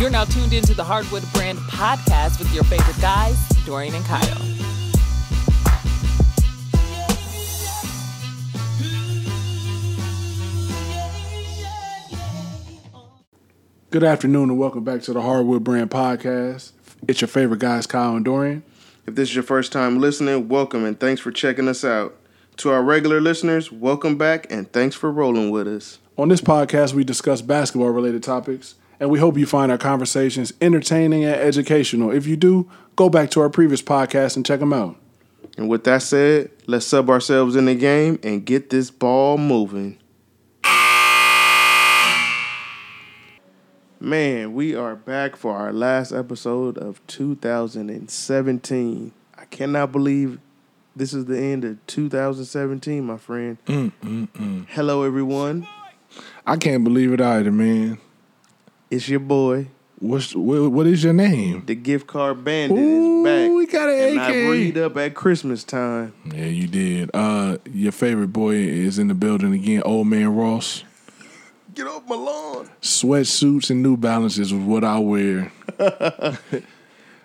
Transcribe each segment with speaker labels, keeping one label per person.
Speaker 1: You're now tuned into the Hardwood Brand podcast with your favorite guys, Dorian and Kyle.
Speaker 2: Good afternoon and welcome back to the Hardwood Brand Podcast. It's your favorite guys, Kyle and Dorian.
Speaker 3: If this is your first time listening, welcome and thanks for checking us out. To our regular listeners, welcome back and thanks for rolling with us.
Speaker 2: On this podcast, we discuss basketball related topics, and we hope you find our conversations entertaining and educational. If you do, go back to our previous podcast and check them out.
Speaker 3: And with that said, let's sub ourselves in the game and get this ball moving. Man, we are back for our last episode of 2017. I cannot believe this is the end of 2017, my friend. Hello, everyone.
Speaker 4: I can't believe it either, man.
Speaker 3: It's your boy.
Speaker 4: What's what, what is your name?
Speaker 3: The gift card bandit
Speaker 4: Ooh,
Speaker 3: is back.
Speaker 4: we got an
Speaker 3: And I
Speaker 4: AK.
Speaker 3: breed up at Christmas time.
Speaker 4: Yeah, you did. Uh, your favorite boy is in the building again. Old man Ross.
Speaker 3: Get off my lawn.
Speaker 4: Sweatsuits and New Balances was what I wear.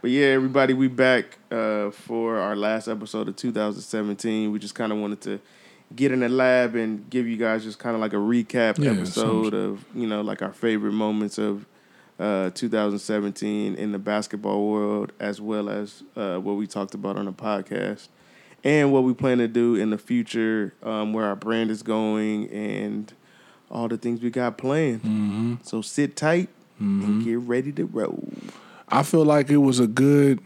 Speaker 3: But yeah, everybody, we back uh, for our last episode of 2017. We just kind of wanted to get in the lab and give you guys just kind of like a recap
Speaker 4: Yeah, sounds-
Speaker 3: episode of you know like our favorite moments of uh, 2017 in the basketball world, as well as uh, what we talked about on the podcast and what we plan to do in the future, um, where our brand is going and all the things we got planned. So sit tight and get ready to roll.
Speaker 4: I feel like it was a good,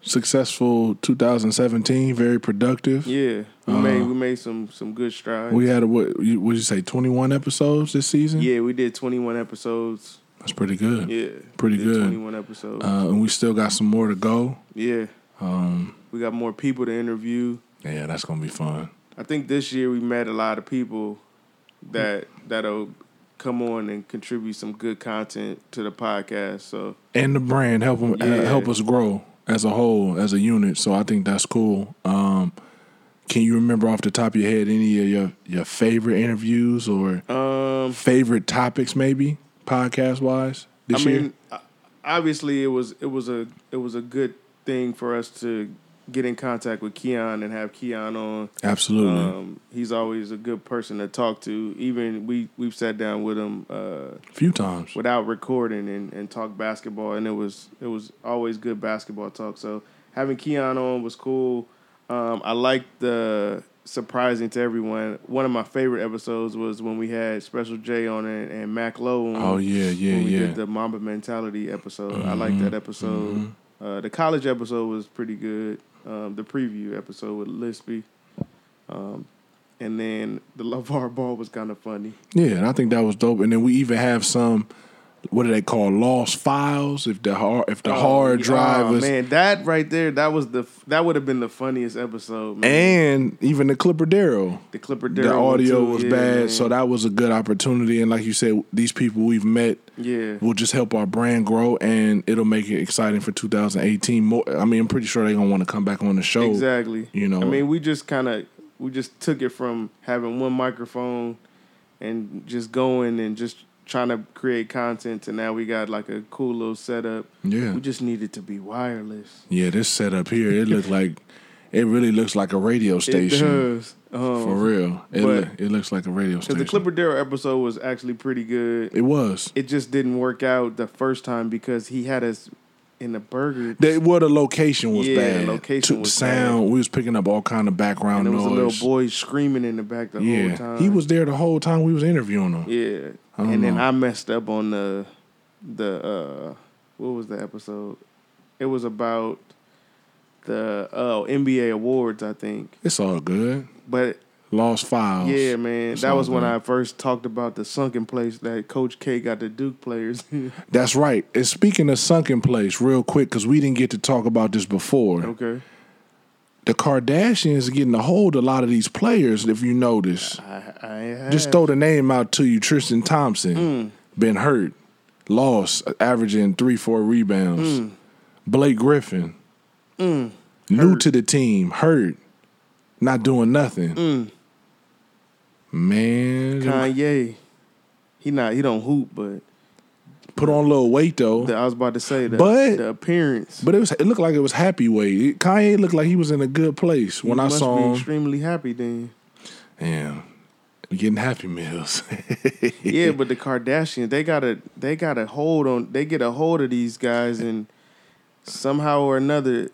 Speaker 4: successful 2017. Very productive.
Speaker 3: Yeah, we made we made some some good strides.
Speaker 4: Uh-huh. We had a, what? you- What did you say? 21 episodes this season.
Speaker 3: yeah, we did twenty one episodes.
Speaker 4: that's pretty good.
Speaker 3: Yeah,
Speaker 4: Pretty good.
Speaker 3: Twenty one episodes.
Speaker 4: Uh, and we still got some more to go.
Speaker 3: yeah,
Speaker 4: Um,
Speaker 3: we got more people to interview.
Speaker 4: yeah, that's gonna be fun.
Speaker 3: I think this year we met a lot of people that that'll come on and contribute some good content to the podcast. So
Speaker 4: and the brand help 'em-
Speaker 3: Yeah.
Speaker 4: uh, help us grow as a whole as a unit. So I think that's cool. Um, can you remember off the top of your head any of your your favorite interviews or
Speaker 3: um,
Speaker 4: favorite topics maybe podcast wise this
Speaker 3: I mean,
Speaker 4: year?
Speaker 3: o- obviously it was it was a it was a good thing for us to get in contact with Keon and have Keon on.
Speaker 4: Absolutely.
Speaker 3: Um, he's always a good person to talk to. Even we we've sat down with him uh,
Speaker 4: a few times.
Speaker 3: without recording and, and talked basketball, and it was it was always good basketball talk. So having Keon on was cool. Um, I liked the surprising to everyone. One of my favorite episodes was when we had Special J on and, and Mac Lowe. On,
Speaker 4: Oh, yeah, yeah,
Speaker 3: when we
Speaker 4: yeah. Mm-hmm,
Speaker 3: Did the Mamba Mentality episode. I liked that episode. Uh, the college episode was pretty good. Um, the preview episode with Lispy. Um, and then the LeVar ball was kind of funny.
Speaker 4: Yeah, and I think that was dope. And then we even have some. What do they call lost files? If the hard if the hard
Speaker 3: yeah.
Speaker 4: drive
Speaker 3: Oh,
Speaker 4: was
Speaker 3: man, that right there, that was the that would have been the funniest episode. Man.
Speaker 4: and even the Clipper Darrow.
Speaker 3: the Clipper
Speaker 4: the
Speaker 3: Darryl one,
Speaker 4: audio
Speaker 3: too.
Speaker 4: was
Speaker 3: Yeah,
Speaker 4: bad,
Speaker 3: man.
Speaker 4: so that was a good opportunity. And like you said, these people we've met
Speaker 3: Yeah.
Speaker 4: will just help our brand grow, and it'll make it exciting for 2018. More, I mean, I'm pretty sure they're gonna want to come back on the show.
Speaker 3: exactly.
Speaker 4: you know.
Speaker 3: I mean, we just kind of we just took it from having one microphone and just going and just trying to create content to now we got like a cool little setup.
Speaker 4: Yeah.
Speaker 3: We just needed to be wireless.
Speaker 4: Yeah, this setup here, it looked like it really looks like a radio station
Speaker 3: It does. Um,
Speaker 4: for real. It
Speaker 3: but-
Speaker 4: loo- it looks like a radio
Speaker 3: Cuz
Speaker 4: station.
Speaker 3: the Clipper Darrow episode was actually pretty good.
Speaker 4: it was.
Speaker 3: it just didn't work out the first time because he had us in the burger
Speaker 4: They, well, the location was
Speaker 3: Yeah,
Speaker 4: bad.
Speaker 3: location
Speaker 4: To-
Speaker 3: was
Speaker 4: sound. We was picking up all kind of background
Speaker 3: and there was
Speaker 4: noise.
Speaker 3: a little boy screaming in the back the whole
Speaker 4: yeah,
Speaker 3: time.
Speaker 4: he was there the whole time we was interviewing him.
Speaker 3: yeah.
Speaker 4: don't
Speaker 3: And then
Speaker 4: know.
Speaker 3: I messed up on the the uh what was the episode? It was about the oh NBA awards, I think.
Speaker 4: It's all good.
Speaker 3: But
Speaker 4: Lost files.
Speaker 3: yeah, man,
Speaker 4: Oh, It's
Speaker 3: that
Speaker 4: all
Speaker 3: was when
Speaker 4: good.
Speaker 3: I first talked about the sunken place that Coach K got the Duke players.
Speaker 4: That's right. And speaking of sunken place, real quick, because we didn't get to talk about this before.
Speaker 3: okay,
Speaker 4: The Kardashians are getting a hold of a lot of these players, if you notice.
Speaker 3: I, I
Speaker 4: Just throw the name out to you Tristan Thompson,
Speaker 3: Mm.
Speaker 4: been hurt, lost, averaging three, four rebounds.
Speaker 3: Mm.
Speaker 4: Blake Griffin, new to the team, hurt, not doing nothing.
Speaker 3: Mm.
Speaker 4: Man,
Speaker 3: Kanye. He not he don't hoop, but
Speaker 4: Put on a little weight though.
Speaker 3: I was about to say that
Speaker 4: But-
Speaker 3: the appearance.
Speaker 4: But it was it looked like it was happy weight. It- Kanye looked like he was in a good place when
Speaker 3: You
Speaker 4: I
Speaker 3: must
Speaker 4: saw
Speaker 3: be
Speaker 4: him.
Speaker 3: extremely happy then.
Speaker 4: Damn. We getting happy meals.
Speaker 3: Yeah, but the Kardashians, they got a they got a hold on they get a hold of these guys and somehow or another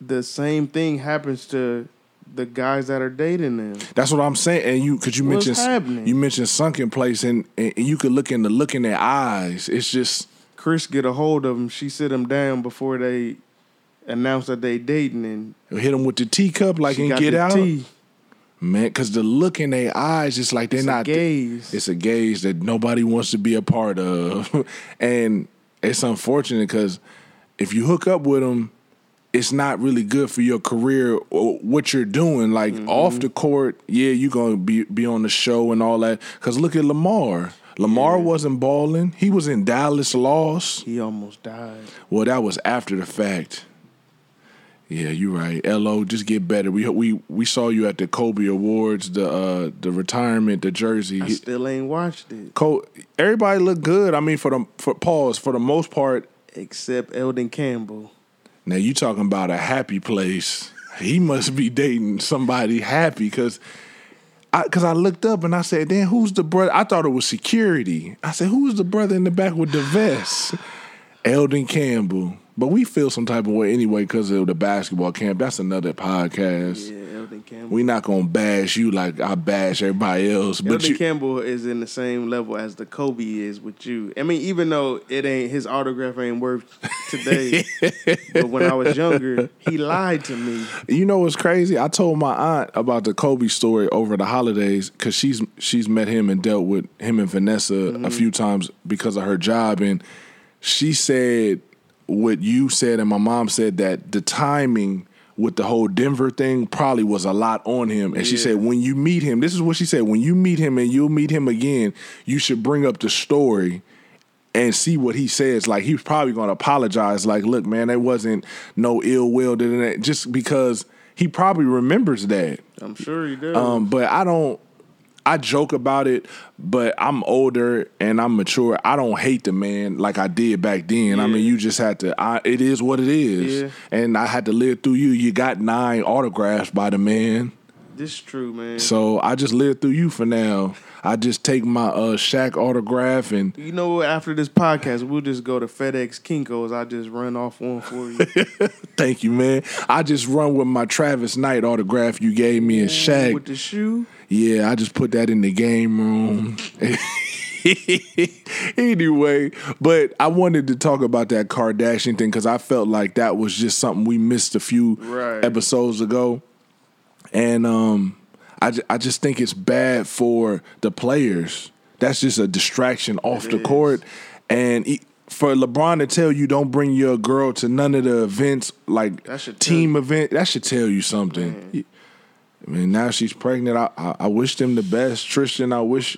Speaker 3: the same thing happens to the guys that are dating them.
Speaker 4: That's what I'm saying. And you cause you
Speaker 3: What's
Speaker 4: mentioned
Speaker 3: happening?
Speaker 4: you mentioned sunken place and, and you could look in the look in their eyes. It's just
Speaker 3: Chris get a hold of them, she sit them down before they announce that they dating and
Speaker 4: hit them with the teacup like
Speaker 3: she
Speaker 4: and
Speaker 3: got
Speaker 4: get
Speaker 3: the
Speaker 4: out.
Speaker 3: tea.
Speaker 4: Man, cause the look in their eyes it's like they're
Speaker 3: It's a
Speaker 4: not
Speaker 3: gaze.
Speaker 4: It's a gaze that nobody wants to be a part of. and it's unfortunate because if you hook up with them, it's not really good for your career or what you're doing. Like off the court, yeah, you're gonna be be on the show and all that. Cause look at Lamar. Lamar wasn't balling. He was in Dallas loss.
Speaker 3: he almost died.
Speaker 4: Well, that was after the fact. Yeah, you're right. Lo, just get better. We we we saw you at the Kobe Awards, the uh, the retirement, the jersey.
Speaker 3: I still ain't watched it.
Speaker 4: Cole, everybody looked good. I mean, for the for pause, for the most part.
Speaker 3: Except Eldon Campbell.
Speaker 4: Now you talking about a happy place. He must be dating somebody happy because. I, Cause I looked up and I said, "Then who's the brother?" I thought it was security. I said, "Who's the brother in the back with the vest?" Eldon Campbell. But we feel some type of way anyway because of the basketball camp. That's another podcast.
Speaker 3: Yeah, Eldon Campbell.
Speaker 4: We not gonna bash you like I bash everybody else. But
Speaker 3: Eldon
Speaker 4: you,
Speaker 3: Campbell is in the same level as the Kobe is with you. I mean, even though it ain't his autograph ain't worth today, but when I was younger, he lied to me.
Speaker 4: You know what's crazy? I told my aunt about the Kobe story over the holidays because she's she's met him and dealt with him and Vanessa a few times because of her job, and she said what you said, and my mom said that the timing with the whole Denver thing probably was a lot on him, and she
Speaker 3: Yeah.
Speaker 4: said when you meet him, this is what she said: when you meet him and you'll meet him again, you should bring up the story and see what he says. Like he's probably gonna apologize. Like, look, man, there wasn't no ill will. da, da, da," Just because he probably remembers that.
Speaker 3: I'm sure he did.
Speaker 4: Um, but I don't. I joke about it, but I'm older and I'm mature. I don't hate the man like I did back then. I
Speaker 3: Yeah.
Speaker 4: mean, you just had to. I, it is what it is,
Speaker 3: Yeah.
Speaker 4: and I had to live through you. You got nine autographs by the man.
Speaker 3: this is true, man.
Speaker 4: So I just live through you for now. I just take my uh Shaq autograph and
Speaker 3: you know what? After this podcast, we'll just go to FedEx Kinko's. I just run off one for you.
Speaker 4: Thank you, man. I just run with my Travis Knight autograph you gave me in
Speaker 3: with
Speaker 4: Shaq.
Speaker 3: the shoe.
Speaker 4: Yeah, I just put that in the game room. anyway, but I wanted to talk about that Kardashian thing because I felt like that was just something we missed a few
Speaker 3: Right.
Speaker 4: episodes ago. And um, I, ju- I just think it's bad for the players. That's just a distraction off the
Speaker 3: is.
Speaker 4: court. And e for LeBron to tell you don't bring your girl to none of the events, like
Speaker 3: That should tell Mm-hmm.
Speaker 4: team event, that should tell you something. I mean, now she's pregnant. I, I, I wish them the best. Tristan, I wish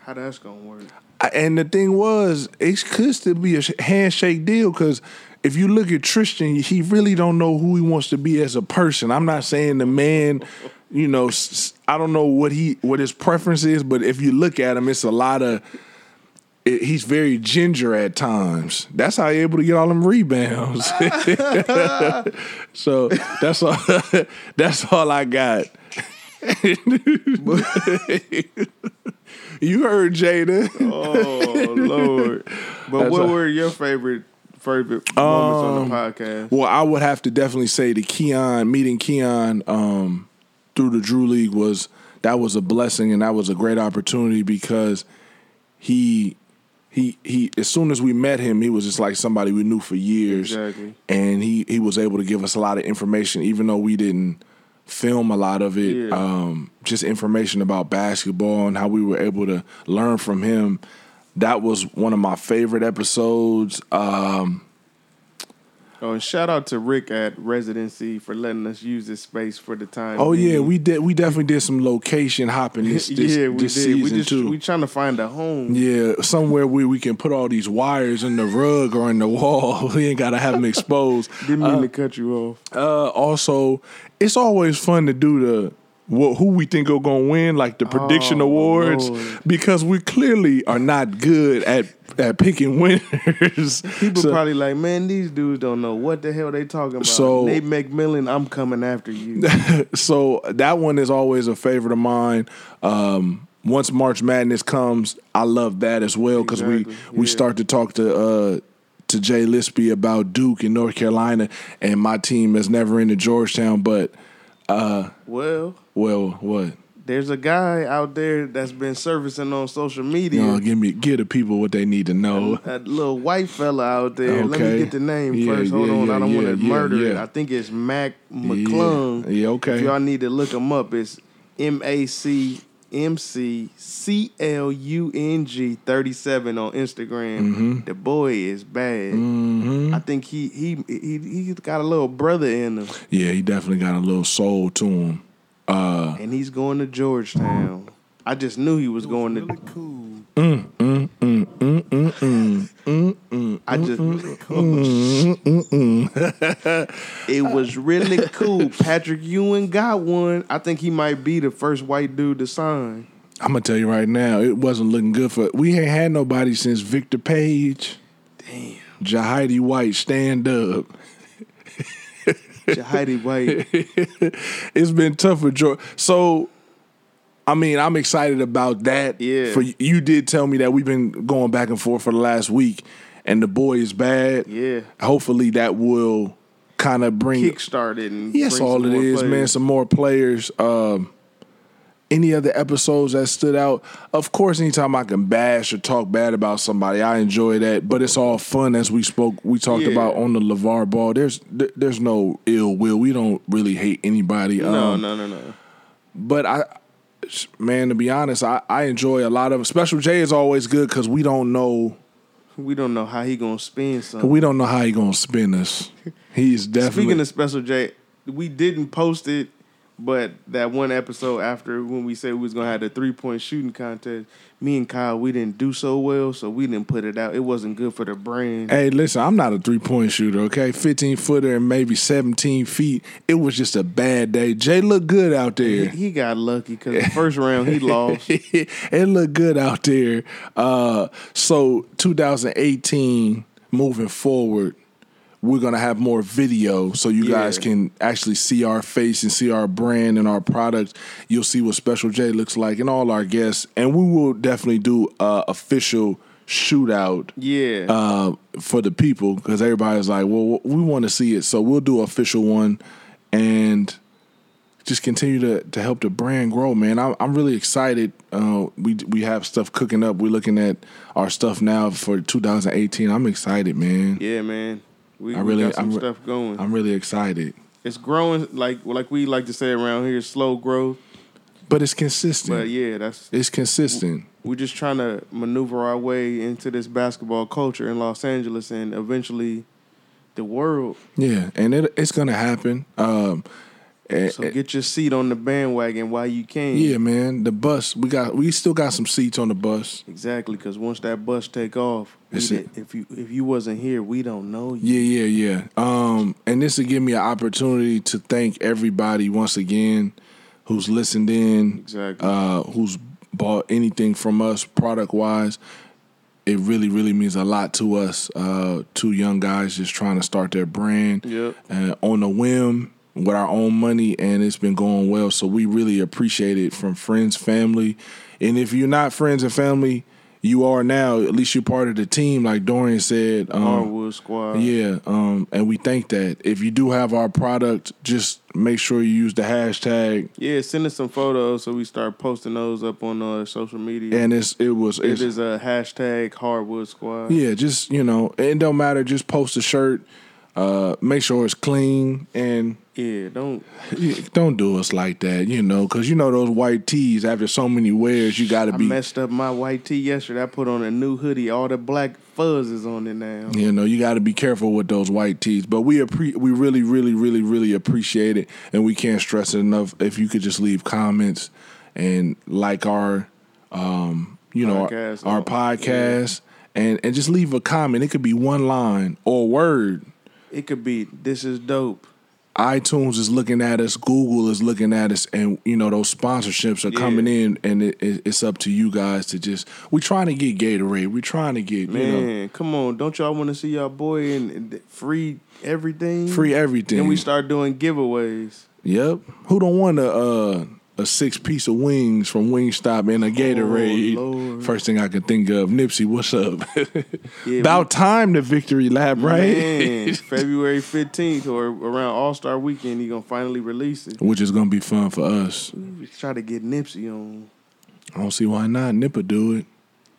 Speaker 3: How that's gonna work?
Speaker 4: I- And the thing was, it could still be a sh- handshake deal because if you look at Tristan, he really don't know who he wants to be as a person. I'm not saying the man, you know, s- s- I don't know what he what his preference is, but if you look at him, it's a lot of. It, he's very ginger at times. That's how he able to get all them rebounds. so that's all. that's all I got. you heard Jada.
Speaker 3: Oh Lord! But
Speaker 4: That's
Speaker 3: what
Speaker 4: a- Um,
Speaker 3: were your favorite favorite moments on the podcast?
Speaker 4: Well, I would have to definitely say the Keon meeting Keon um, through the Drew League was that was a blessing and that was a great opportunity because he he he as soon as we met him, he was just like somebody we knew for years.
Speaker 3: Exactly.
Speaker 4: And he he was able to give us a lot of information, even though we didn't film a lot of it.
Speaker 3: Yeah.
Speaker 4: Um, just information about basketball and how we were able to learn from him. That was one of my favorite episodes. Um,
Speaker 3: Oh, and shout out to Rick at Residency for letting us use this space for the time.
Speaker 4: Oh yeah,
Speaker 3: being.
Speaker 4: we did. We definitely did some location hopping this this,
Speaker 3: Mm-hmm. yeah, we
Speaker 4: this
Speaker 3: did.
Speaker 4: season
Speaker 3: we just
Speaker 4: too.
Speaker 3: we trying to find a home.
Speaker 4: yeah, somewhere where we can put all these wires in the rug or in the wall. We ain't gotta have them exposed.
Speaker 3: Uh, Didn't mean to cut you off.
Speaker 4: Uh, also, it's always fun to do the what, who we think are going to win, like the prediction awards,
Speaker 3: Oh, Lord.
Speaker 4: because we clearly are not good at at picking winners.
Speaker 3: People
Speaker 4: So-
Speaker 3: probably like, man, these dudes don't know what the hell they talking about.
Speaker 4: So-
Speaker 3: Nate McMillan, I'm coming after you.
Speaker 4: so that one is always a favorite of mine. Um, once March Madness comes, I love that as well because
Speaker 3: Exactly,
Speaker 4: we we
Speaker 3: yeah.
Speaker 4: start to talk to uh, to Jay Lispy about Duke and North Carolina, and my team is never into Georgetown. But
Speaker 3: well,
Speaker 4: well, what
Speaker 3: there's a guy out there that's been servicing on social media.
Speaker 4: you know, give me give the people what they need to know.
Speaker 3: That little white fella out there. Let me
Speaker 4: Um, Okay.
Speaker 3: get the name
Speaker 4: Yeah,
Speaker 3: first. Hold
Speaker 4: yeah,
Speaker 3: on,
Speaker 4: yeah,
Speaker 3: I don't want
Speaker 4: yeah,
Speaker 3: to
Speaker 4: yeah,
Speaker 3: murder it.
Speaker 4: yeah.
Speaker 3: I think it's Mac McClung.
Speaker 4: Yeah, okay.
Speaker 3: If y'all need to look him up, it's M A C M C C L U N G thirty seven on Instagram.
Speaker 4: Mm-hmm.
Speaker 3: The boy is bad. I think he he he he got a little brother in him,
Speaker 4: Yeah, he definitely got a little soul to him.
Speaker 3: and he's going to Georgetown. I just knew he was going to.
Speaker 4: Mm,
Speaker 3: I
Speaker 4: mm,
Speaker 3: just.
Speaker 4: mm.
Speaker 3: it was really cool. Patrick Ewing got one. I think he might be the first white dude to sign.
Speaker 4: I'm gonna tell you right now, it wasn't looking good for. We ain't had nobody since Victor Page. Damn, Jahidi White, stand up.
Speaker 3: Jahidi White.
Speaker 4: it's been tough for George. So, I mean, I'm excited about that.
Speaker 3: Yeah.
Speaker 4: For you did tell me that we've been going back and forth for the last week, and the boy is bad.
Speaker 3: Yeah.
Speaker 4: Hopefully, that will kind of bring.
Speaker 3: Kickstarted and
Speaker 4: yes,
Speaker 3: bring
Speaker 4: all
Speaker 3: some
Speaker 4: it
Speaker 3: more
Speaker 4: is, man.
Speaker 3: players.
Speaker 4: Some more players. Um, any other episodes that stood out? Of course, anytime I can bash or talk bad about somebody, I enjoy that. But it's all fun, as we spoke, we talked
Speaker 3: Yeah.
Speaker 4: about on the Levar Ball. There's th- there's no ill will. We don't really hate anybody.
Speaker 3: No,
Speaker 4: Um,
Speaker 3: no, no, no.
Speaker 4: but I, man, to be honest, I, I enjoy a lot of Special J is always good because we don't know
Speaker 3: We don't know how he gonna spend something.
Speaker 4: we don't know how he gonna spin us. He's definitely
Speaker 3: Speaking of Special J, we didn't post it, but that one episode after when we said we was gonna have the three point shooting contest, me and Kyle we didn't do so well, so we didn't put it out. It wasn't good for the brand.
Speaker 4: Hey, listen, I'm not a three point shooter, okay? 15 footer and maybe 17 feet. It was just a bad day. Jay looked good out
Speaker 3: He,
Speaker 4: there.
Speaker 3: he got lucky because the first round he lost.
Speaker 4: it looked good out there. Uh, so, 2018, moving forward, we're going to have more video so you
Speaker 3: Yeah.
Speaker 4: guys can actually see our face and see our brand and our products. You'll see what Special J looks like and all our guests. And we will definitely do uh, official shootout
Speaker 3: Yeah,
Speaker 4: uh, for the people because everybody's like, well, we want to see it, so we'll do an official one and just continue to to help the brand grow, man. I'm I'm really excited. Uh, we we have stuff cooking up. We're looking at our stuff now for 2018. I'm excited, man.
Speaker 3: yeah, man. We,
Speaker 4: I
Speaker 3: we
Speaker 4: really-
Speaker 3: got some
Speaker 4: I'm re-
Speaker 3: stuff going.
Speaker 4: I'm really excited,
Speaker 3: it's growing like like we like to say around here, slow growth.
Speaker 4: but it's consistent.
Speaker 3: But yeah, that's
Speaker 4: It's consistent.
Speaker 3: we're just trying to maneuver our way into this basketball culture in Los Angeles and eventually the world.
Speaker 4: Yeah, and it it's gonna happen. Um, and-
Speaker 3: So get your seat on the bandwagon while you can.
Speaker 4: yeah, man. The bus we got we still got some seats on the bus.
Speaker 3: exactly. Because once that bus take off, we
Speaker 4: That's
Speaker 3: did-
Speaker 4: it.
Speaker 3: if you if you wasn't here, we don't know you.
Speaker 4: Yeah, yeah, yeah. Um, and this will give me an opportunity to thank everybody once again who's listened in,
Speaker 3: Exactly.
Speaker 4: uh, who's bought anything from us product wise. It really, really means a lot to us. Uh, two young guys just trying to start their brand
Speaker 3: Yep.
Speaker 4: uh, on a whim with our own money, and it's been going well. So we really appreciate it from friends, family, and if you're not friends and family, you are now. At least you're part of the team, like Dorian said. Um,
Speaker 3: Hardwood Squad.
Speaker 4: yeah, um, and we thank that. If you do have our product, just make sure you use the hashtag.
Speaker 3: Yeah, Send us some photos so we start posting those up on uh, social media.
Speaker 4: And it's it was
Speaker 3: it
Speaker 4: it's,
Speaker 3: is a hashtag Hardwood Squad.
Speaker 4: yeah, just you know, it don't matter. Just post a shirt. Uh, make sure it's clean and
Speaker 3: Yeah, don't
Speaker 4: don't do us like that, you know, because you know those white tees after so many wears, you got to
Speaker 3: I
Speaker 4: be,
Speaker 3: messed up my white tee yesterday. I put on a new hoodie. All the black fuzz is on it now.
Speaker 4: you know, you got to be careful with those white tees. But we appre- we really, really, really, really appreciate it, and we can't stress it enough. If you could just leave comments and like our, um, you know,
Speaker 3: Podcast.
Speaker 4: our, our podcast, and and just leave a comment. It could be one line or a word.
Speaker 3: It could be this is dope.
Speaker 4: iTunes is looking at us, Google is looking at us, and you know those sponsorships are coming in, and it, it, it's up to you guys to just. We're trying to get Gatorade. We're trying to get you
Speaker 3: Man,
Speaker 4: know
Speaker 3: come on! Don't y'all want to see y'all boy and, and free everything?
Speaker 4: free everything.
Speaker 3: Then we start doing giveaways.
Speaker 4: Yep. Who don't want a uh, a six piece of wings from Wingstop and a Gatorade?
Speaker 3: Lord.
Speaker 4: First thing I could think of. Nipsey, what's up?
Speaker 3: Yeah,
Speaker 4: About time the victory lap, right?
Speaker 3: Man, February fifteenth or around All Star Weekend, he gonna finally release it.
Speaker 4: Which is gonna be fun for us.
Speaker 3: We Try to get Nipsey on
Speaker 4: I don't see why not. Nipper do it.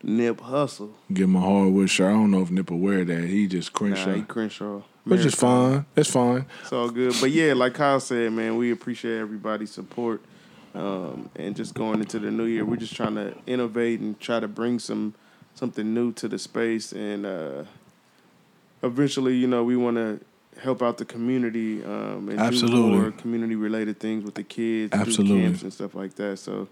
Speaker 3: Nip Hustle.
Speaker 4: Give him a hardwood shirt. I don't know if Nipper wear that. He just
Speaker 3: Nah,
Speaker 4: cringe
Speaker 3: he
Speaker 4: nah,
Speaker 3: Crenshaw.
Speaker 4: Which is
Speaker 3: Marathon.
Speaker 4: fine. It's fine.
Speaker 3: It's all good. But yeah, like Kyle said, man, we appreciate everybody's support. Um, and just going into the new year, we're just trying to innovate and try to bring some something new to the space. And uh, eventually, you know, we want to help out the community um, and
Speaker 4: Absolutely.
Speaker 3: do more community related things with the kids, do
Speaker 4: Absolutely.
Speaker 3: camps and stuff like that. So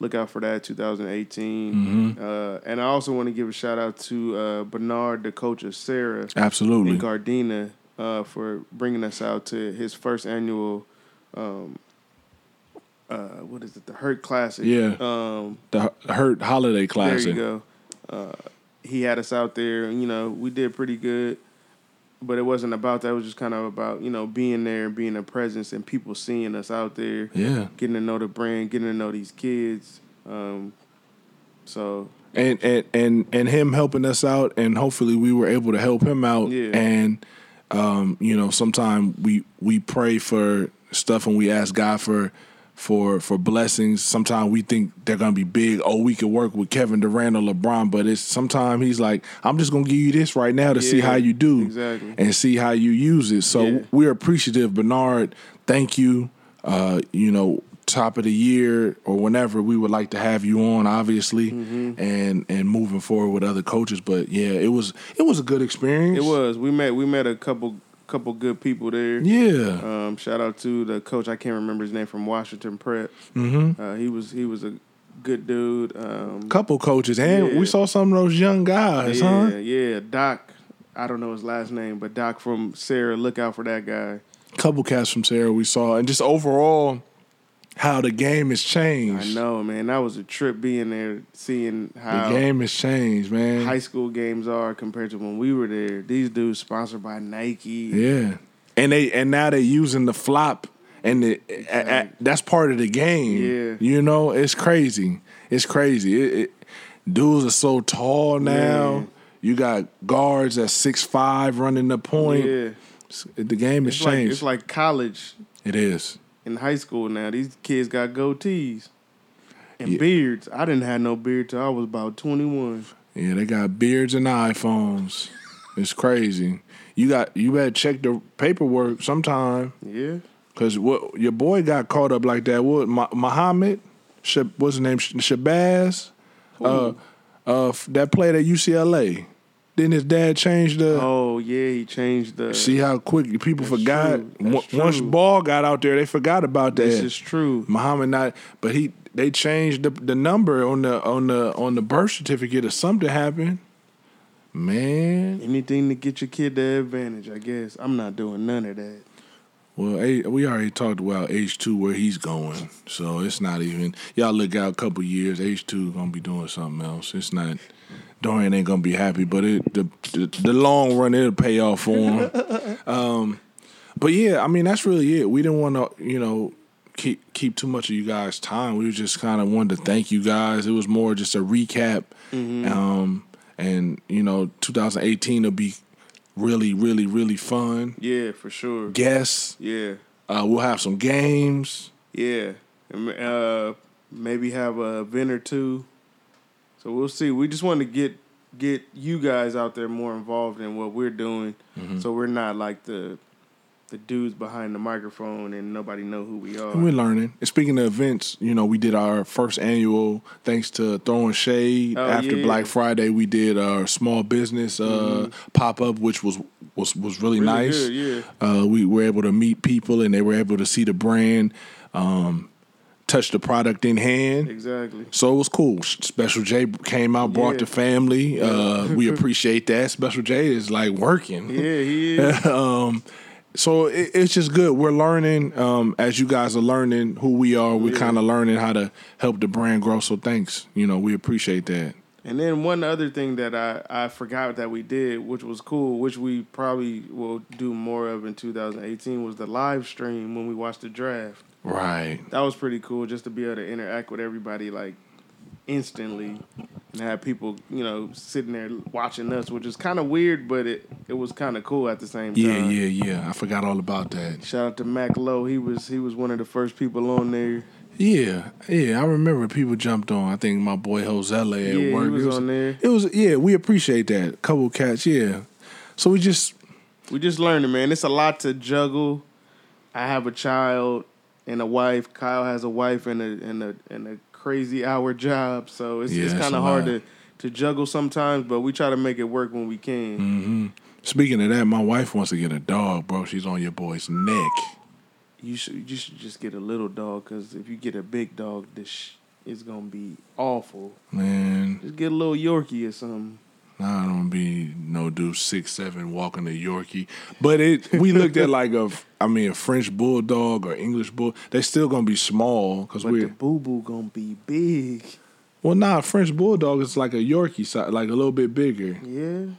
Speaker 3: look out for that 2018.
Speaker 4: Mm-hmm.
Speaker 3: Uh, and I also want to give a shout out to uh, Bernard, the coach of Sarah
Speaker 4: Absolutely.
Speaker 3: and Gardena uh, for bringing us out to his first annual. Um, uh, what is it? The Hurt Classic.
Speaker 4: Yeah.
Speaker 3: Um,
Speaker 4: The Hurt Holiday Classic.
Speaker 3: There you go. Uh, he had us out there, and you know we did pretty good, but it wasn't about that. It was just kind of about you know being there, being a presence, and people seeing us out there,
Speaker 4: Yeah.
Speaker 3: getting to know the brand, getting to know these kids. Um, so
Speaker 4: and and and and him helping us out, and hopefully we were able to help him out.
Speaker 3: Yeah.
Speaker 4: And um, you know, sometimes we we pray for stuff and we ask God for for for blessings. Sometimes we think they're gonna be big. Oh, we could work with Kevin Durant or LeBron, but it's sometimes he's like, I'm just gonna give you this right now to see
Speaker 3: Yeah,
Speaker 4: how you do
Speaker 3: exactly.
Speaker 4: and see how you use it. So
Speaker 3: Yeah.
Speaker 4: we're appreciative, Bernard. Thank you. Uh, you know, top of the year or whenever we would like to have you on, obviously,
Speaker 3: Mm-hmm.
Speaker 4: and and moving forward with other coaches. But yeah, it was it was a good experience.
Speaker 3: it was. We met. We met a couple couple good people there.
Speaker 4: Yeah,
Speaker 3: Um, shout out to the coach. I can't remember his name from Washington Prep.
Speaker 4: Mm-hmm.
Speaker 3: Uh, he was he was a good dude. Um,
Speaker 4: couple coaches, and
Speaker 3: Yeah.
Speaker 4: we saw some of those young guys,
Speaker 3: yeah,
Speaker 4: huh?
Speaker 3: yeah. Doc. I don't know his last name, but Doc from Sarah. Look out for that guy.
Speaker 4: Couple cats from Sarah we saw, and just overall how the game has
Speaker 3: I
Speaker 4: changed.
Speaker 3: know, man. That was a trip being there, seeing
Speaker 4: The
Speaker 3: how
Speaker 4: game has changed, man.
Speaker 3: high school games are compared to when we were there. These dudes sponsored by Nike.
Speaker 4: Yeah, and they and now they're using the flop, and the, a- a- that's part of the game.
Speaker 3: Yeah.
Speaker 4: you know, it's crazy. It's crazy. It, it, dudes are so tall now.
Speaker 3: Yeah.
Speaker 4: You got guards at six five running the point.
Speaker 3: Yeah.
Speaker 4: It's- The game has
Speaker 3: It's like,
Speaker 4: changed.
Speaker 3: it's like college
Speaker 4: it is.
Speaker 3: in high school now. These kids got goatees and beards. I didn't have no beard till I was about twenty one.
Speaker 4: Yeah, they got beards and iPhones. it's crazy. You got you better check the paperwork sometime.
Speaker 3: Yeah.
Speaker 4: Cause what your boy got caught up like that. What Mo- Muhammad? Shab- what's his name? Sh- Shabazz. Uh, uh, f- that played at UCLA. Then his dad changed the.
Speaker 3: Oh yeah, he changed the.
Speaker 4: See how quick people forgot.
Speaker 3: true. That's
Speaker 4: Wa- Once
Speaker 3: true.
Speaker 4: ball got out there, they forgot about that.
Speaker 3: this is true.
Speaker 4: Muhammad not, but he they changed the, the number on the on the on the birth certificate or something happened. Man,
Speaker 3: Anything to get your kid the advantage, I guess. I'm not doing none of that.
Speaker 4: Well, A- we already talked about H two where he's going, so it's not even. Y'all look out a couple years. H two gonna be doing something else. It's not. Dorian ain't gonna be happy, but it the the, the long run it'll pay off for him. um, but yeah, I mean that's really it. We didn't want to, you know, keep keep too much of you guys' time. We just kind of wanted to thank you guys. It was more just a recap. Um, and you know, 2018 will be really, really, really fun.
Speaker 3: Yeah, for sure.
Speaker 4: Guests.
Speaker 3: Yeah,
Speaker 4: Uh, we'll have some games.
Speaker 3: yeah. And, uh, maybe have a event or two. So we'll see. We just want to get get you guys out there more involved in what we're doing, so we're not like the the dudes behind the microphone and nobody know who we are.
Speaker 4: And we're learning. And speaking of events, you know, we did our first annual thanks to Throwing Shade.
Speaker 3: Oh,
Speaker 4: After
Speaker 3: yeah.
Speaker 4: Black Friday, we did our small business uh, pop up, which was was was really,
Speaker 3: Mm-hmm. Really
Speaker 4: nice.
Speaker 3: good, yeah.
Speaker 4: Uh, we were able to meet people, and they were able to see the brand, um, touch the product in hand.
Speaker 3: Exactly.
Speaker 4: So it was cool. S- Special J came out, brought
Speaker 3: Yeah.
Speaker 4: the family. Uh, we appreciate that. Special J is like working.
Speaker 3: Yeah, he is.
Speaker 4: um, so it, it's just good. We're learning um, as you guys are learning who we are. We're kind of learning how to help the brand grow. So thanks. You know, we appreciate that.
Speaker 3: And then one other thing that I, I forgot that we did, which was cool, which we probably will do more of in 2018, was the live stream when we watched the draft.
Speaker 4: Right.
Speaker 3: That was pretty cool just to be able to interact with everybody like instantly and have people, you know, sitting there watching us, which is kind of weird, but it, it was kind of cool at the same time.
Speaker 4: Yeah, yeah, yeah. I forgot all about that.
Speaker 3: Shout out to Mac Lowe. He was he was one of the first people on there.
Speaker 4: Yeah, yeah. I remember people jumped on. I think my boy Josele at
Speaker 3: Yeah, he
Speaker 4: work.
Speaker 3: was
Speaker 4: it was
Speaker 3: on there.
Speaker 4: It was yeah. We appreciate that. Couple cats. Yeah. So we just
Speaker 3: We just learning, man. It's a lot to juggle. I have a child and a wife. Kyle has a wife and a and a and a crazy hour job. So it's
Speaker 4: Yeah,
Speaker 3: it's
Speaker 4: it's
Speaker 3: kind
Speaker 4: a
Speaker 3: of hard
Speaker 4: lot.
Speaker 3: to to juggle sometimes, but we try to make it work when we can.
Speaker 4: Mm. speaking of that, my wife wants to get a dog, bro. She's on your boy's neck.
Speaker 3: You should you should just get a little dog because if you get a big dog, this sh- is gonna be awful.
Speaker 4: Man,
Speaker 3: Just get a little Yorkie or something.
Speaker 4: Nah, I don't be no dude six seven walking to Yorkie. But it we looked at like a I mean a French bulldog or English bull. They still gonna be small because
Speaker 3: But the
Speaker 4: we're
Speaker 3: boo boo gonna be big.
Speaker 4: well nah. a French bulldog is like a Yorkie size, like a little bit bigger.
Speaker 3: Yeah.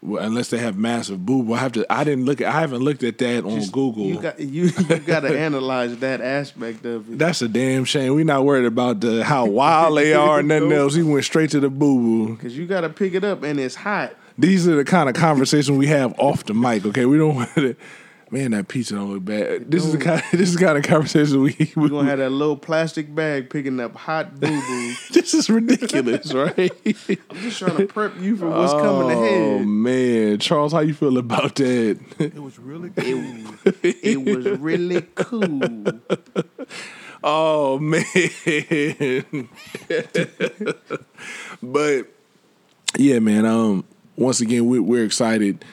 Speaker 4: Well, unless they have massive boob. I have to. I didn't look. At, I haven't looked at that on
Speaker 3: Just-
Speaker 4: Google.
Speaker 3: You got you you gotta analyze that aspect of it.
Speaker 4: That's a damn shame. We're not worried about the how wild they are and nothing
Speaker 3: Nope.
Speaker 4: else. He went straight to the boo boo.
Speaker 3: Cause you gotta pick it up and it's hot.
Speaker 4: These are the kind of conversations we have off the mic. Okay, we don't want to. Man, that pizza don't look bad. This is the kind. This is the kind of conversation we. we
Speaker 3: We're gonna have that little plastic bag picking up hot boo boo.
Speaker 4: this is ridiculous, right?
Speaker 3: Just trying to prep you for what's coming
Speaker 4: Oh
Speaker 3: ahead.
Speaker 4: man, Charles, how you feel about that?
Speaker 3: It, it was really cool.
Speaker 4: Oh man. but yeah, man. Um, once again, we, we're excited.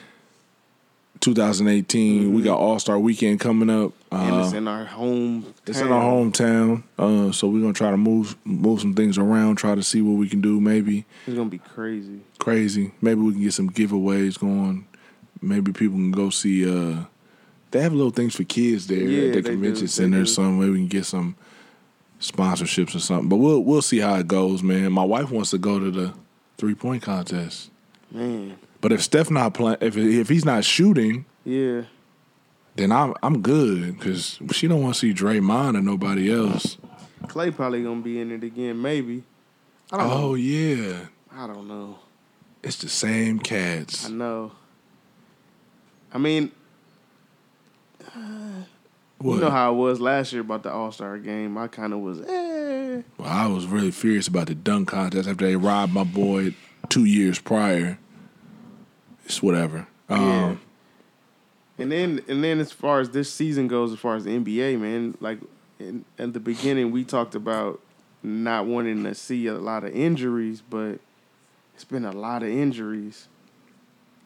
Speaker 4: 2018, we
Speaker 3: Mm-hmm.
Speaker 4: got All Star Weekend coming up.
Speaker 3: And
Speaker 4: Uh,
Speaker 3: it's in our home.
Speaker 4: it's in our hometown, uh, so we're gonna try to move move some things around, try to see what we can do. Maybe
Speaker 3: It's gonna be crazy.
Speaker 4: crazy. Maybe we can get some giveaways going. Maybe people can go see. Uh, they have little things for kids there at
Speaker 3: Yeah,
Speaker 4: the
Speaker 3: they do,
Speaker 4: convention
Speaker 3: they
Speaker 4: center.
Speaker 3: do.
Speaker 4: or Some way we can get some sponsorships or something. But we'll we'll see how it goes, man. My wife wants to go to the three point contest,
Speaker 3: Man.
Speaker 4: but if Steph not playing, if if he's not shooting,
Speaker 3: Yeah.
Speaker 4: then I'm I'm good because she don't want to see Draymond or nobody else.
Speaker 3: Clay probably gonna be in it again, maybe. I don't know.
Speaker 4: Oh yeah,
Speaker 3: I don't know.
Speaker 4: it's the same cats.
Speaker 3: I know. I mean,
Speaker 4: What?
Speaker 3: you know how I was last year about the All Star game. I kind of was, eh.
Speaker 4: Well, I was really furious about the dunk contest after they robbed my boy two years prior. It's whatever. Um,
Speaker 3: Yeah. And then, and then, as far as this season goes, as far as the NBA, man, like in, at the beginning, we talked about not wanting to see a lot of injuries, but it's been a lot of injuries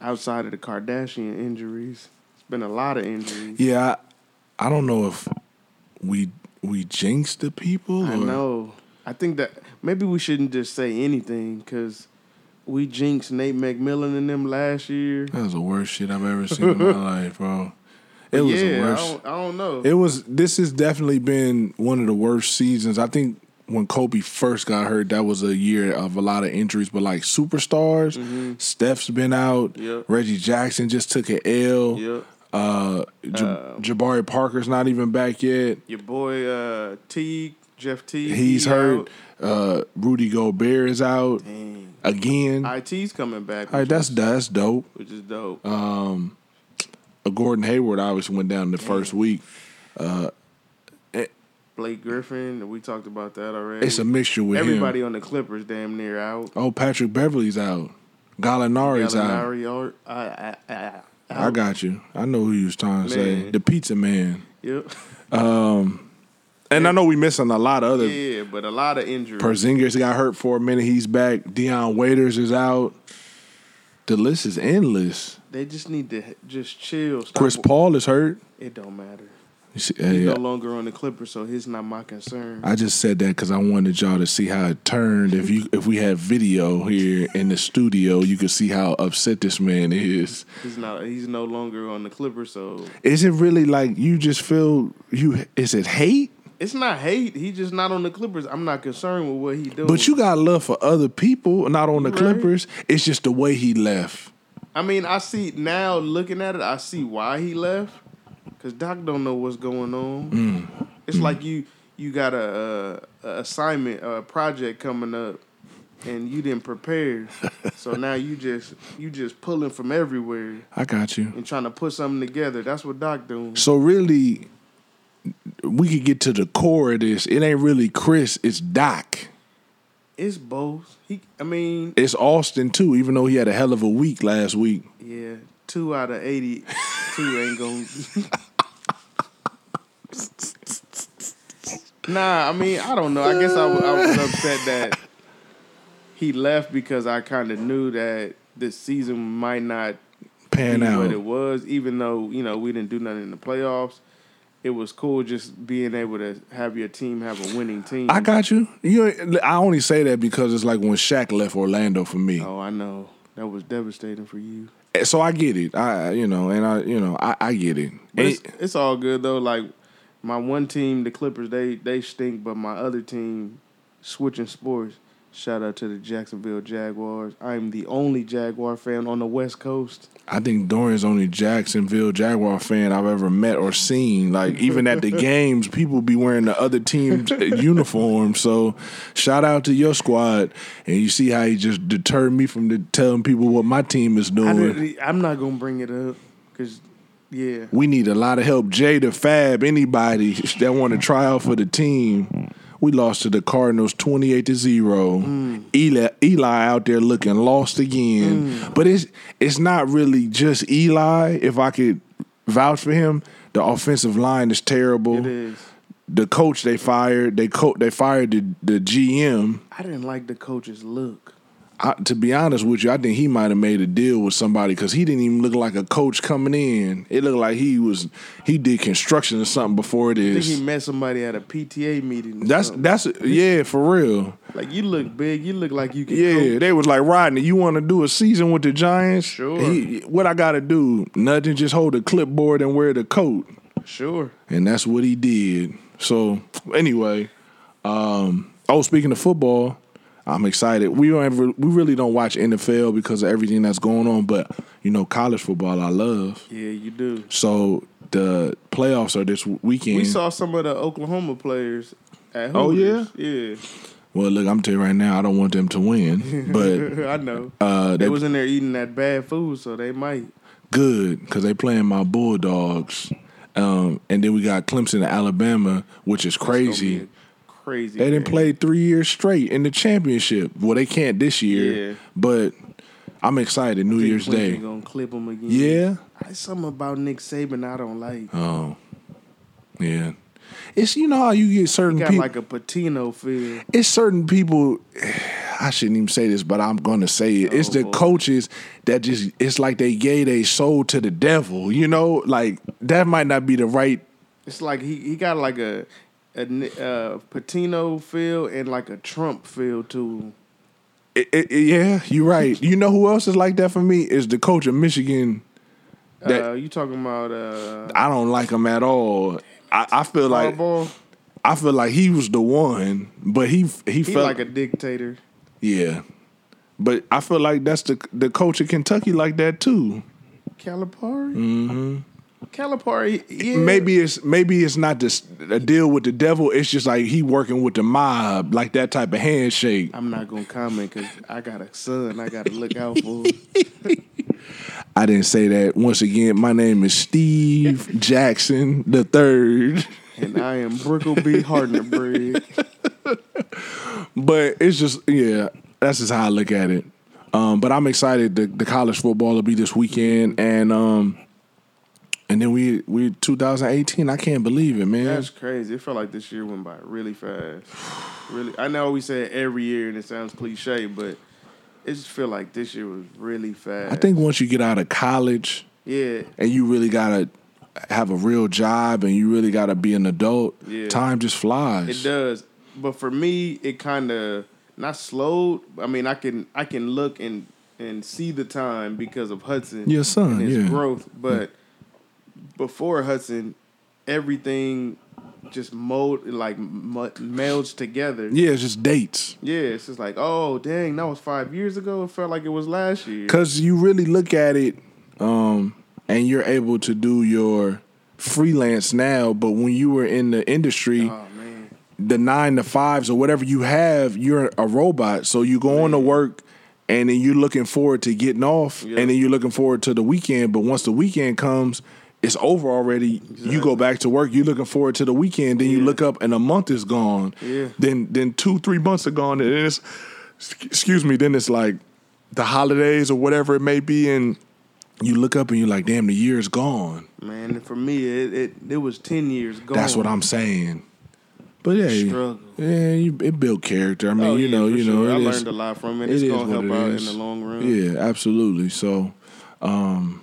Speaker 3: outside of the Kardashian injuries. It's been a lot of injuries.
Speaker 4: yeah, I, I don't know if we we jinxed the people.
Speaker 3: I
Speaker 4: or-
Speaker 3: know. I think that maybe we shouldn't just say anything because we jinxed Nate McMillan and them last year.
Speaker 4: That was the worst shit I've ever seen in my life, bro. It was the
Speaker 3: yeah, I
Speaker 4: worst.
Speaker 3: don't, I don't know.
Speaker 4: It was. This has definitely been one of the worst seasons. I think when Kobe first got hurt, that was a year of a lot of injuries. But like superstars, Steph's been out.
Speaker 3: Mm-hmm. Yep.
Speaker 4: Reggie Jackson just took an L.
Speaker 3: Yep. Um,
Speaker 4: Uh, J- Jabari Parker's not even back yet.
Speaker 3: Your boy uh, Teague, Jeff Teague.
Speaker 4: He's
Speaker 3: he
Speaker 4: hurt.
Speaker 3: out.
Speaker 4: Uh, Rudy Gobert is out
Speaker 3: Dang.
Speaker 4: again. All
Speaker 3: IT's coming back.
Speaker 4: right, that's Uh-huh. that's dope.
Speaker 3: which is dope.
Speaker 4: Uh, Gordon Hayward obviously went down the first week.
Speaker 3: Blake Griffin, we talked about that already.
Speaker 4: It's a mixture with
Speaker 3: Everybody
Speaker 4: him.
Speaker 3: on the Clippers damn near out.
Speaker 4: Oh, Patrick Beverly's out. Gallinari's out.
Speaker 3: Gallinari out. I, I, I, I,
Speaker 4: I got you. I know who you was trying to say.
Speaker 3: Man.
Speaker 4: The pizza man.
Speaker 3: Yep.
Speaker 4: And I know we missing a lot of other.
Speaker 3: yeah, but a lot of injuries.
Speaker 4: Porzingis got hurt for a minute. He's back. Deion Waiters is out. The list is endless.
Speaker 3: they just need to just chill. Stop.
Speaker 4: Chris Paul is hurt.
Speaker 3: It don't matter.
Speaker 4: You see-
Speaker 3: He's
Speaker 4: hey,
Speaker 3: no longer on the Clippers, so he's not my concern.
Speaker 4: I just said that because I wanted y'all to see how it turned. If you if we had video here in the studio, you could see how upset this man is.
Speaker 3: He's not. He's no longer on the Clippers, so
Speaker 4: Is it really like you just feel you? Is it hate?
Speaker 3: it's not hate. He's just not on the Clippers. I'm not concerned with what he doing.
Speaker 4: But you got love for other people, not on the
Speaker 3: Right.
Speaker 4: Clippers. It's just the way he left.
Speaker 3: I mean, I see now looking at it, I see why he left. Cause Doc don't know what's going on. It's like you you got a, a, a assignment, a project coming up, and you didn't prepare. so now you just you just pulling from everywhere
Speaker 4: I got you.
Speaker 3: and trying to put something together. That's what Doc doing.
Speaker 4: So really, we could get to the core of this. It ain't really Chris. It's Doc.
Speaker 3: It's both. He, I mean,
Speaker 4: It's Austin too. Even though he had a hell of a week last week.
Speaker 3: yeah, two out of eighty, two ain't gonna. Nah, I mean, I don't know. I guess I, w- I was upset that he left because I kind of knew that this season might not be
Speaker 4: Pan
Speaker 3: what it
Speaker 4: out.
Speaker 3: was, even though, you know, we didn't do nothing in the playoffs. It was cool just being able to have your team have a winning team.
Speaker 4: I got you. You. ain't- I only say that because it's like when Shaq left Orlando for me.
Speaker 3: Oh, I know. That was devastating for you.
Speaker 4: So I get it. I you know, and I you know, I, I get it.
Speaker 3: But
Speaker 4: And-
Speaker 3: it's, it's all good though. Like my one team, the Clippers, they they stink, but my other team, switching sports. Shout out to the Jacksonville Jaguars. I'm the only Jaguar fan on the West Coast.
Speaker 4: I think Dorian's only Jacksonville Jaguar fan I've ever met or seen. Like even at the games, people be wearing the other team's uniform. So shout out to your squad. And you see how he just deterred me from the, telling people what my team is
Speaker 3: I
Speaker 4: doing.
Speaker 3: didn't- I'm not gonna bring it up because, yeah,
Speaker 4: We need a lot of help. Jay the Fab, anybody that want to try out for the team. We lost to the Cardinals 28 to 0.
Speaker 3: Mm.
Speaker 4: Eli, Eli out there looking lost again.
Speaker 3: Mm.
Speaker 4: But it's it's not really just Eli. If I could vouch for him, the offensive line is terrible.
Speaker 3: it is.
Speaker 4: The coach they fired, they co- they fired the, the GM.
Speaker 3: I didn't like the coach's look.
Speaker 4: I, to be honest with you, I think he might have made a deal with somebody because he didn't even look like a coach coming in. It looked like he was he did construction or something before
Speaker 3: I think he
Speaker 4: this.
Speaker 3: met somebody at a PTA meeting. or
Speaker 4: That's
Speaker 3: something.
Speaker 4: that's yeah for real.
Speaker 3: like you look big. You look like you can.
Speaker 4: Yeah,
Speaker 3: coach.
Speaker 4: they was like Rodney, you want to do a season with the Giants?
Speaker 3: Sure.
Speaker 4: He- what I got to do? Nothing. Just hold the clipboard and wear the coat,
Speaker 3: sure.
Speaker 4: and that's what he did. So anyway, um, oh, speaking of football, I'm excited. We don't ever, we really don't watch NFL because of everything that's going on, but you know, college football I love.
Speaker 3: Yeah, you do.
Speaker 4: So the playoffs are this weekend.
Speaker 3: We saw some of the Oklahoma players at
Speaker 4: Oh, yeah?
Speaker 3: Hooters. yeah,
Speaker 4: well, look, I'm telling you right now, I don't want them to win, but
Speaker 3: I know.
Speaker 4: uh,
Speaker 3: they
Speaker 4: they
Speaker 3: was in there eating that bad food, so they might.
Speaker 4: good because they playing my Bulldogs. Um, and then we got Clemson and Alabama, which is
Speaker 3: It's
Speaker 4: crazy.
Speaker 3: gonna be a Crazy.
Speaker 4: They didn't
Speaker 3: game.
Speaker 4: play three years straight in the championship. Well, they can't this year,
Speaker 3: Yeah.
Speaker 4: but I'm excited. New
Speaker 3: Think
Speaker 4: Year's
Speaker 3: Clemson
Speaker 4: Day.
Speaker 3: Gonna clip them again.
Speaker 4: Yeah.
Speaker 3: It's something about Nick Saban I don't like.
Speaker 4: Oh, yeah. It's you know how you get certain
Speaker 3: Got
Speaker 4: people.
Speaker 3: like a patino feel.
Speaker 4: it's certain people. I shouldn't even say this, but I'm gonna say it. it's
Speaker 3: Oh,
Speaker 4: the
Speaker 3: boy.
Speaker 4: coaches that just. It's like they gave their soul to the devil. You know, like that might not be the right.
Speaker 3: It's like he, he got like a a ni- uh, patino feel and like a Trump feel to him.
Speaker 4: it- it- it- yeah, you're right. You know who else is like that for me is the coach of Michigan. That
Speaker 3: uh, you talking about uh,
Speaker 4: I don't like him at all. I, I feel like
Speaker 3: Harbaugh?
Speaker 4: I feel like he was the one, but he he,
Speaker 3: He
Speaker 4: felt
Speaker 3: like a dictator.
Speaker 4: yeah. But I feel like that's the the coach of Kentucky like that too.
Speaker 3: Calipari. Mm-hmm. Calipari. Yeah.
Speaker 4: Maybe it's maybe it's not this a deal with the devil. It's just like he working with the mob, like that type of handshake.
Speaker 3: I'm not gonna comment because I got a son. I gotta look out for.
Speaker 4: I didn't say that. Once again, my name is Steve Jackson the third.
Speaker 3: and I am Brickleby Hardner Bread.
Speaker 4: But it's just yeah, that's just how I look at it. Um, but I'm excited. The, the college football will be this weekend, and um, and then we we 2018. I can't believe it, man.
Speaker 3: That's crazy. It felt like this year went by really fast. Really, I know we say it every year, and it sounds cliche, but it just feel like this year was really fast.
Speaker 4: I think once you get out of college
Speaker 3: yeah,
Speaker 4: and you really gotta have a real job and you really got to be an adult,
Speaker 3: Yeah.
Speaker 4: time just
Speaker 3: It
Speaker 4: flies.
Speaker 3: does, but for me, it kind of not slowed. I mean, I can I can look and and see the time because of Hudson,
Speaker 4: Your son,
Speaker 3: and his
Speaker 4: yeah.
Speaker 3: growth. But before Hudson, everything just mold like mu- melds together.
Speaker 4: Yeah, it's just dates.
Speaker 3: Yeah, it's just like, oh dang, that was five years ago. It felt like it was last year.
Speaker 4: Cause you really look at it, um, and you're able to do your freelance now. But when you were in the industry,
Speaker 3: Oh man,
Speaker 4: the nine to fives or whatever you have, you're a robot. So you go on to work, and then you're looking forward to getting off,
Speaker 3: Yeah.
Speaker 4: and then you're looking forward to the weekend. But once the weekend comes. It's over already. You go back to work. You're looking forward to the weekend. Then you
Speaker 3: Yeah.
Speaker 4: look up, and a month is gone.
Speaker 3: Yeah.
Speaker 4: Then, then two, three months are gone, and it's excuse me, then it's like the holidays or whatever it may be, and you look up and you're like, damn, the year is gone.
Speaker 3: man, for me, it it, it was ten years gone.
Speaker 4: That's what I'm saying. But yeah, you-
Speaker 3: Struggle. Oh,
Speaker 4: yeah, you, it built character. I mean, you know,
Speaker 3: for
Speaker 4: you know,
Speaker 3: sure. I
Speaker 4: it
Speaker 3: learned
Speaker 4: is-
Speaker 3: a lot from it.
Speaker 4: it
Speaker 3: It's
Speaker 4: is
Speaker 3: gonna
Speaker 4: what
Speaker 3: help
Speaker 4: it
Speaker 3: out
Speaker 4: is.
Speaker 3: in the long run.
Speaker 4: Yeah, absolutely. So, um,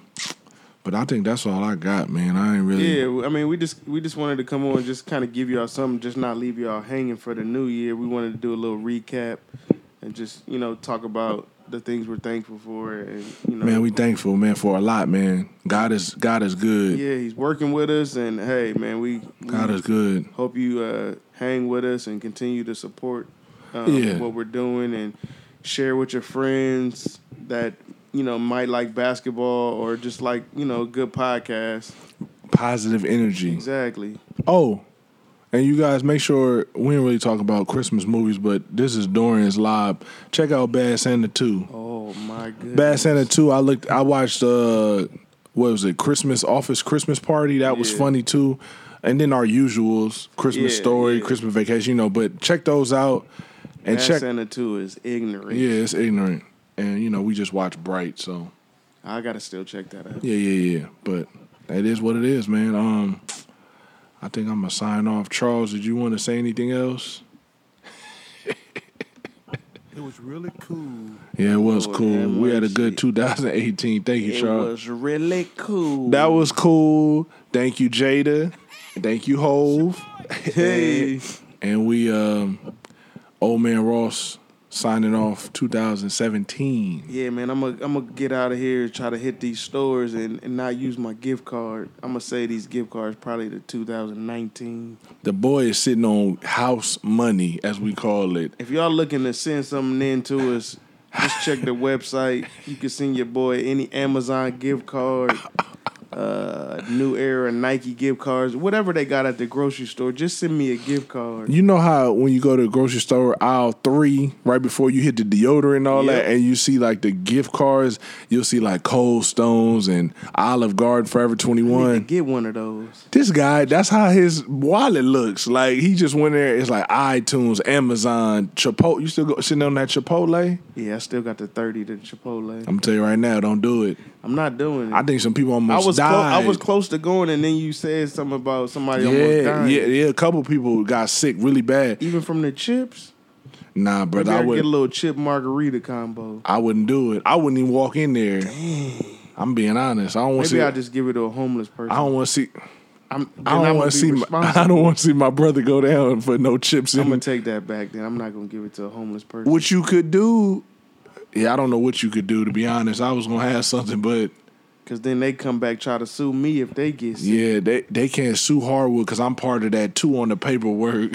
Speaker 4: but I think that's all I got, man. I ain't really.
Speaker 3: Yeah, I mean, we just we just wanted to come on, and just kind of give y'all something, just not leave y'all hanging for the new year. We wanted to do a little recap and just you know talk about the things we're thankful for, and you know,
Speaker 4: Man, we thankful, man, for a lot, man. God is God is good.
Speaker 3: yeah, he's working with us, and hey, man, we, we
Speaker 4: God is good.
Speaker 3: hope you uh, hang with us and continue to support um,
Speaker 4: Yeah.
Speaker 3: what we're doing and share with your friends that you know might like basketball or just like you know good podcast.
Speaker 4: Positive energy.
Speaker 3: Exactly.
Speaker 4: Oh, and you guys make sure we didn't really talk about Christmas movies, but this is Dorian's live. Check out Bad Santa Two.
Speaker 3: Oh my goodness.
Speaker 4: Bad Santa Two. I looked. I watched. Uh, what was it? Christmas Office Christmas Party. That was
Speaker 3: Yeah.
Speaker 4: funny too. And then our usuals: Christmas
Speaker 3: Yeah,
Speaker 4: Story,
Speaker 3: yeah.
Speaker 4: Christmas Vacation. You know, but check those out and
Speaker 3: Bad
Speaker 4: check.
Speaker 3: Santa too is ignorant.
Speaker 4: Yeah, it's ignorant, and you know we just watch Bright. So
Speaker 3: I gotta still check that out.
Speaker 4: yeah, yeah, yeah. But that is what it is, man. Um, I think I'm gonna sign off. Charles, did you want to say anything else?
Speaker 2: It was really cool.
Speaker 4: Yeah, it was
Speaker 3: Lord
Speaker 4: cool.
Speaker 3: have
Speaker 4: we had a good
Speaker 3: mercy.
Speaker 4: 2018. Thank you,
Speaker 3: Oh, It
Speaker 4: Charles.
Speaker 3: was really cool.
Speaker 4: That was cool. Thank you, Jada. Thank you, Hove.
Speaker 3: hey.
Speaker 4: And we, um, Old Man Ross, signing off 2017.
Speaker 3: Yeah, man, I'm gonna I'm gonna get out of here and try to hit these stores and, and not use my gift card. I'm gonna say these gift cards probably the 2019.
Speaker 4: The boy is sitting on house money, as we call it.
Speaker 3: If y'all looking to send something in to us, just check the website. You can send your boy any Amazon gift card, uh, New Era Nike gift cards, whatever they got at the grocery store. Just send me a gift card.
Speaker 4: You know how when you go to the grocery store aisle three, right before you hit the deodorant and all
Speaker 3: Yep.
Speaker 4: that, and you see like the gift cards, you'll see like Cold Stones and Olive Garden Forever
Speaker 3: Need
Speaker 4: 21.
Speaker 3: to get one of those.
Speaker 4: this guy, that's how his wallet looks. Like he just went there. It's like iTunes, Amazon, Chipotle. You still go sitting on that Chipotle?
Speaker 3: Yeah, I still got the thirty to Chipotle.
Speaker 4: I'm tell you right now, don't do it.
Speaker 3: I'm not doing it.
Speaker 4: I think some people
Speaker 3: I
Speaker 4: almost
Speaker 3: was clo-
Speaker 4: died.
Speaker 3: I was close to going, and then you said something about somebody almost
Speaker 4: yeah,
Speaker 3: dying.
Speaker 4: yeah, yeah. A couple people got sick really bad.
Speaker 3: Even from the chips,
Speaker 4: Nah, brother,
Speaker 3: Maybe I
Speaker 4: I
Speaker 3: could
Speaker 4: would.
Speaker 3: get a little chip margarita combo.
Speaker 4: I wouldn't do it. I wouldn't even walk in there. I'm being honest. I don't want to
Speaker 3: Maybe
Speaker 4: see.
Speaker 3: I just give it to a homeless person.
Speaker 4: I don't want to see.
Speaker 3: I'm, then
Speaker 4: I don't
Speaker 3: I'm gonna
Speaker 4: want
Speaker 3: be
Speaker 4: to see. My,
Speaker 3: responsible.
Speaker 4: I don't want to see my brother go down for no chips.
Speaker 3: I'm
Speaker 4: in
Speaker 3: gonna take that back. Then I'm not gonna give it to a homeless person.
Speaker 4: what you could do. Yeah, I don't know what you could do to be honest. I was gonna have something, but
Speaker 3: Cause then they come back try to sue me if they get sick.
Speaker 4: yeah, they they can't sue Hardwood because I'm part of that too on the paperwork.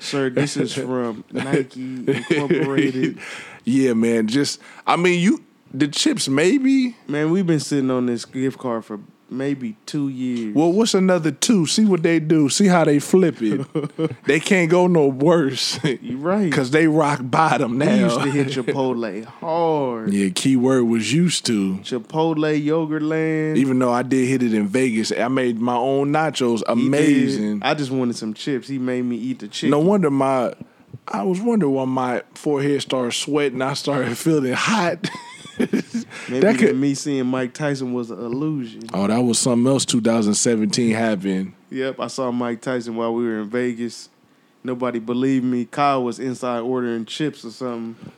Speaker 3: Sir, this is from Nike Incorporated.
Speaker 4: yeah, man. Just I mean, you the chips maybe.
Speaker 3: Man, we've been sitting on this gift card for maybe two years.
Speaker 4: Well, what's another two? See what they do. See how they flip it. they can't go no worse
Speaker 3: You right.
Speaker 4: because they rock bottom
Speaker 3: we used
Speaker 4: now.
Speaker 3: to hit Chipotle hard.
Speaker 4: yeah, keyword was used to.
Speaker 3: Chipotle Yogurt Land.
Speaker 4: Even though I did hit it in Vegas, I made my own nachos.
Speaker 3: He did.
Speaker 4: Amazing.
Speaker 3: I just wanted some chips. He made me eat the chicken.
Speaker 4: No wonder my I was wondering why my forehead started sweating. I started feeling hot.
Speaker 3: Maybe
Speaker 4: that could-
Speaker 3: me seeing Mike Tyson was an illusion.
Speaker 4: oh, that was something else. 2017 happened.
Speaker 3: Yep, I saw Mike Tyson while we were in Vegas. Nobody believed me. Kyle was inside ordering chips or something,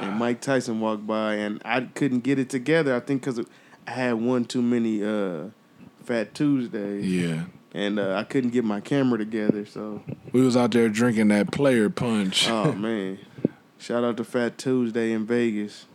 Speaker 3: and Mike Tyson walked by, and I couldn't get it together. I think because I had one too many uh, Fat Tuesday.
Speaker 4: Yeah.
Speaker 3: And uh, I couldn't get my camera together, so
Speaker 4: We was out there drinking that player punch.
Speaker 3: oh man. Shout out to Fat Tuesday in Vegas.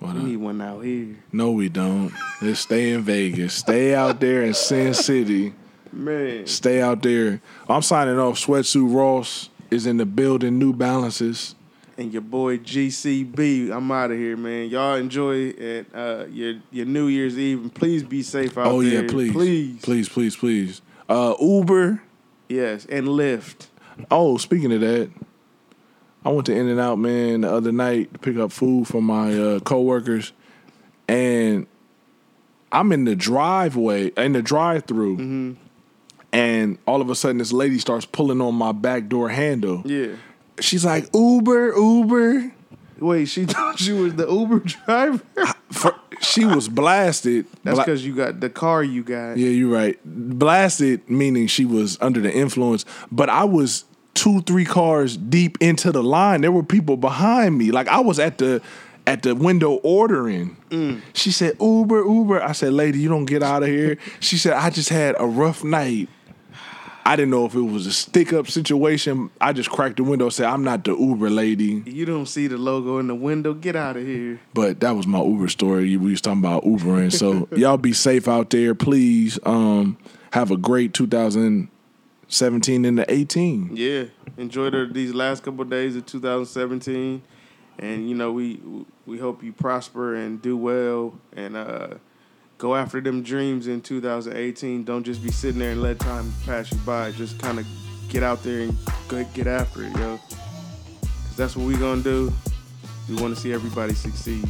Speaker 4: What
Speaker 3: We
Speaker 4: up?
Speaker 3: need one out here.
Speaker 4: uh, No, we don't. Let's stay in Vegas. Stay out there in Sin City.
Speaker 3: Man.
Speaker 4: Stay out there. I'm signing off. Sweatsuit Ross is in the building. New Balances.
Speaker 3: and your boy GCB. I'm out of here, man. Y'all enjoy it, uh, your your New Year's Eve, and please be safe out
Speaker 4: oh
Speaker 3: there.
Speaker 4: yeah, please,
Speaker 3: please,
Speaker 4: please, please, please. Uh, Uber.
Speaker 3: Yes, and Lyft.
Speaker 4: Oh, speaking of that, I went to In and Out Man the other night to pick up food for my uh, coworkers, and I'm in the driveway in the drive-through,
Speaker 3: Mm-hmm.
Speaker 4: and all of a sudden this lady starts pulling on my back door handle.
Speaker 3: Yeah.
Speaker 4: She's like Uber, Uber.
Speaker 3: Wait, she thought you was the Uber driver.
Speaker 4: For, she was blasted.
Speaker 3: That's
Speaker 4: Bla-
Speaker 3: because you got the car you got.
Speaker 4: Yeah, you're right. Blasted, meaning she was under the influence. But I was two, three cars deep into the line. There were people behind me. Like I was at the at the window ordering. She said, Uber, Uber. I said, lady, you don't get out of here. she said, I just had a rough night. I didn't know if it was a stick up situation. I just cracked the window and said, I'm not the Uber lady.
Speaker 3: You don't see the logo in the window. Get out of here.
Speaker 4: But that was my Uber story. We was talking about Ubering. So y'all be safe out there, please. Um, have a great 2017 into 18.
Speaker 3: Yeah, enjoy the, these last couple days of 2017, and you know we we hope you prosper and do well and uh, go after them dreams in 2018. Don't just be sitting there and let time pass you by. Just kind of get out there and go, get after it, yo. Cause that's what we gonna do. We want to see everybody succeed.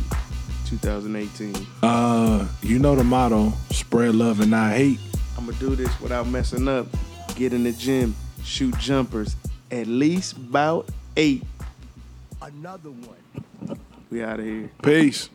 Speaker 3: 2018.
Speaker 4: Uh, you know the motto: spread love and not hate.
Speaker 3: I'm gonna do this without messing up. Get in the gym, shoot jumpers, at least about eight.
Speaker 5: Another one.
Speaker 3: We out of here.
Speaker 4: Peace.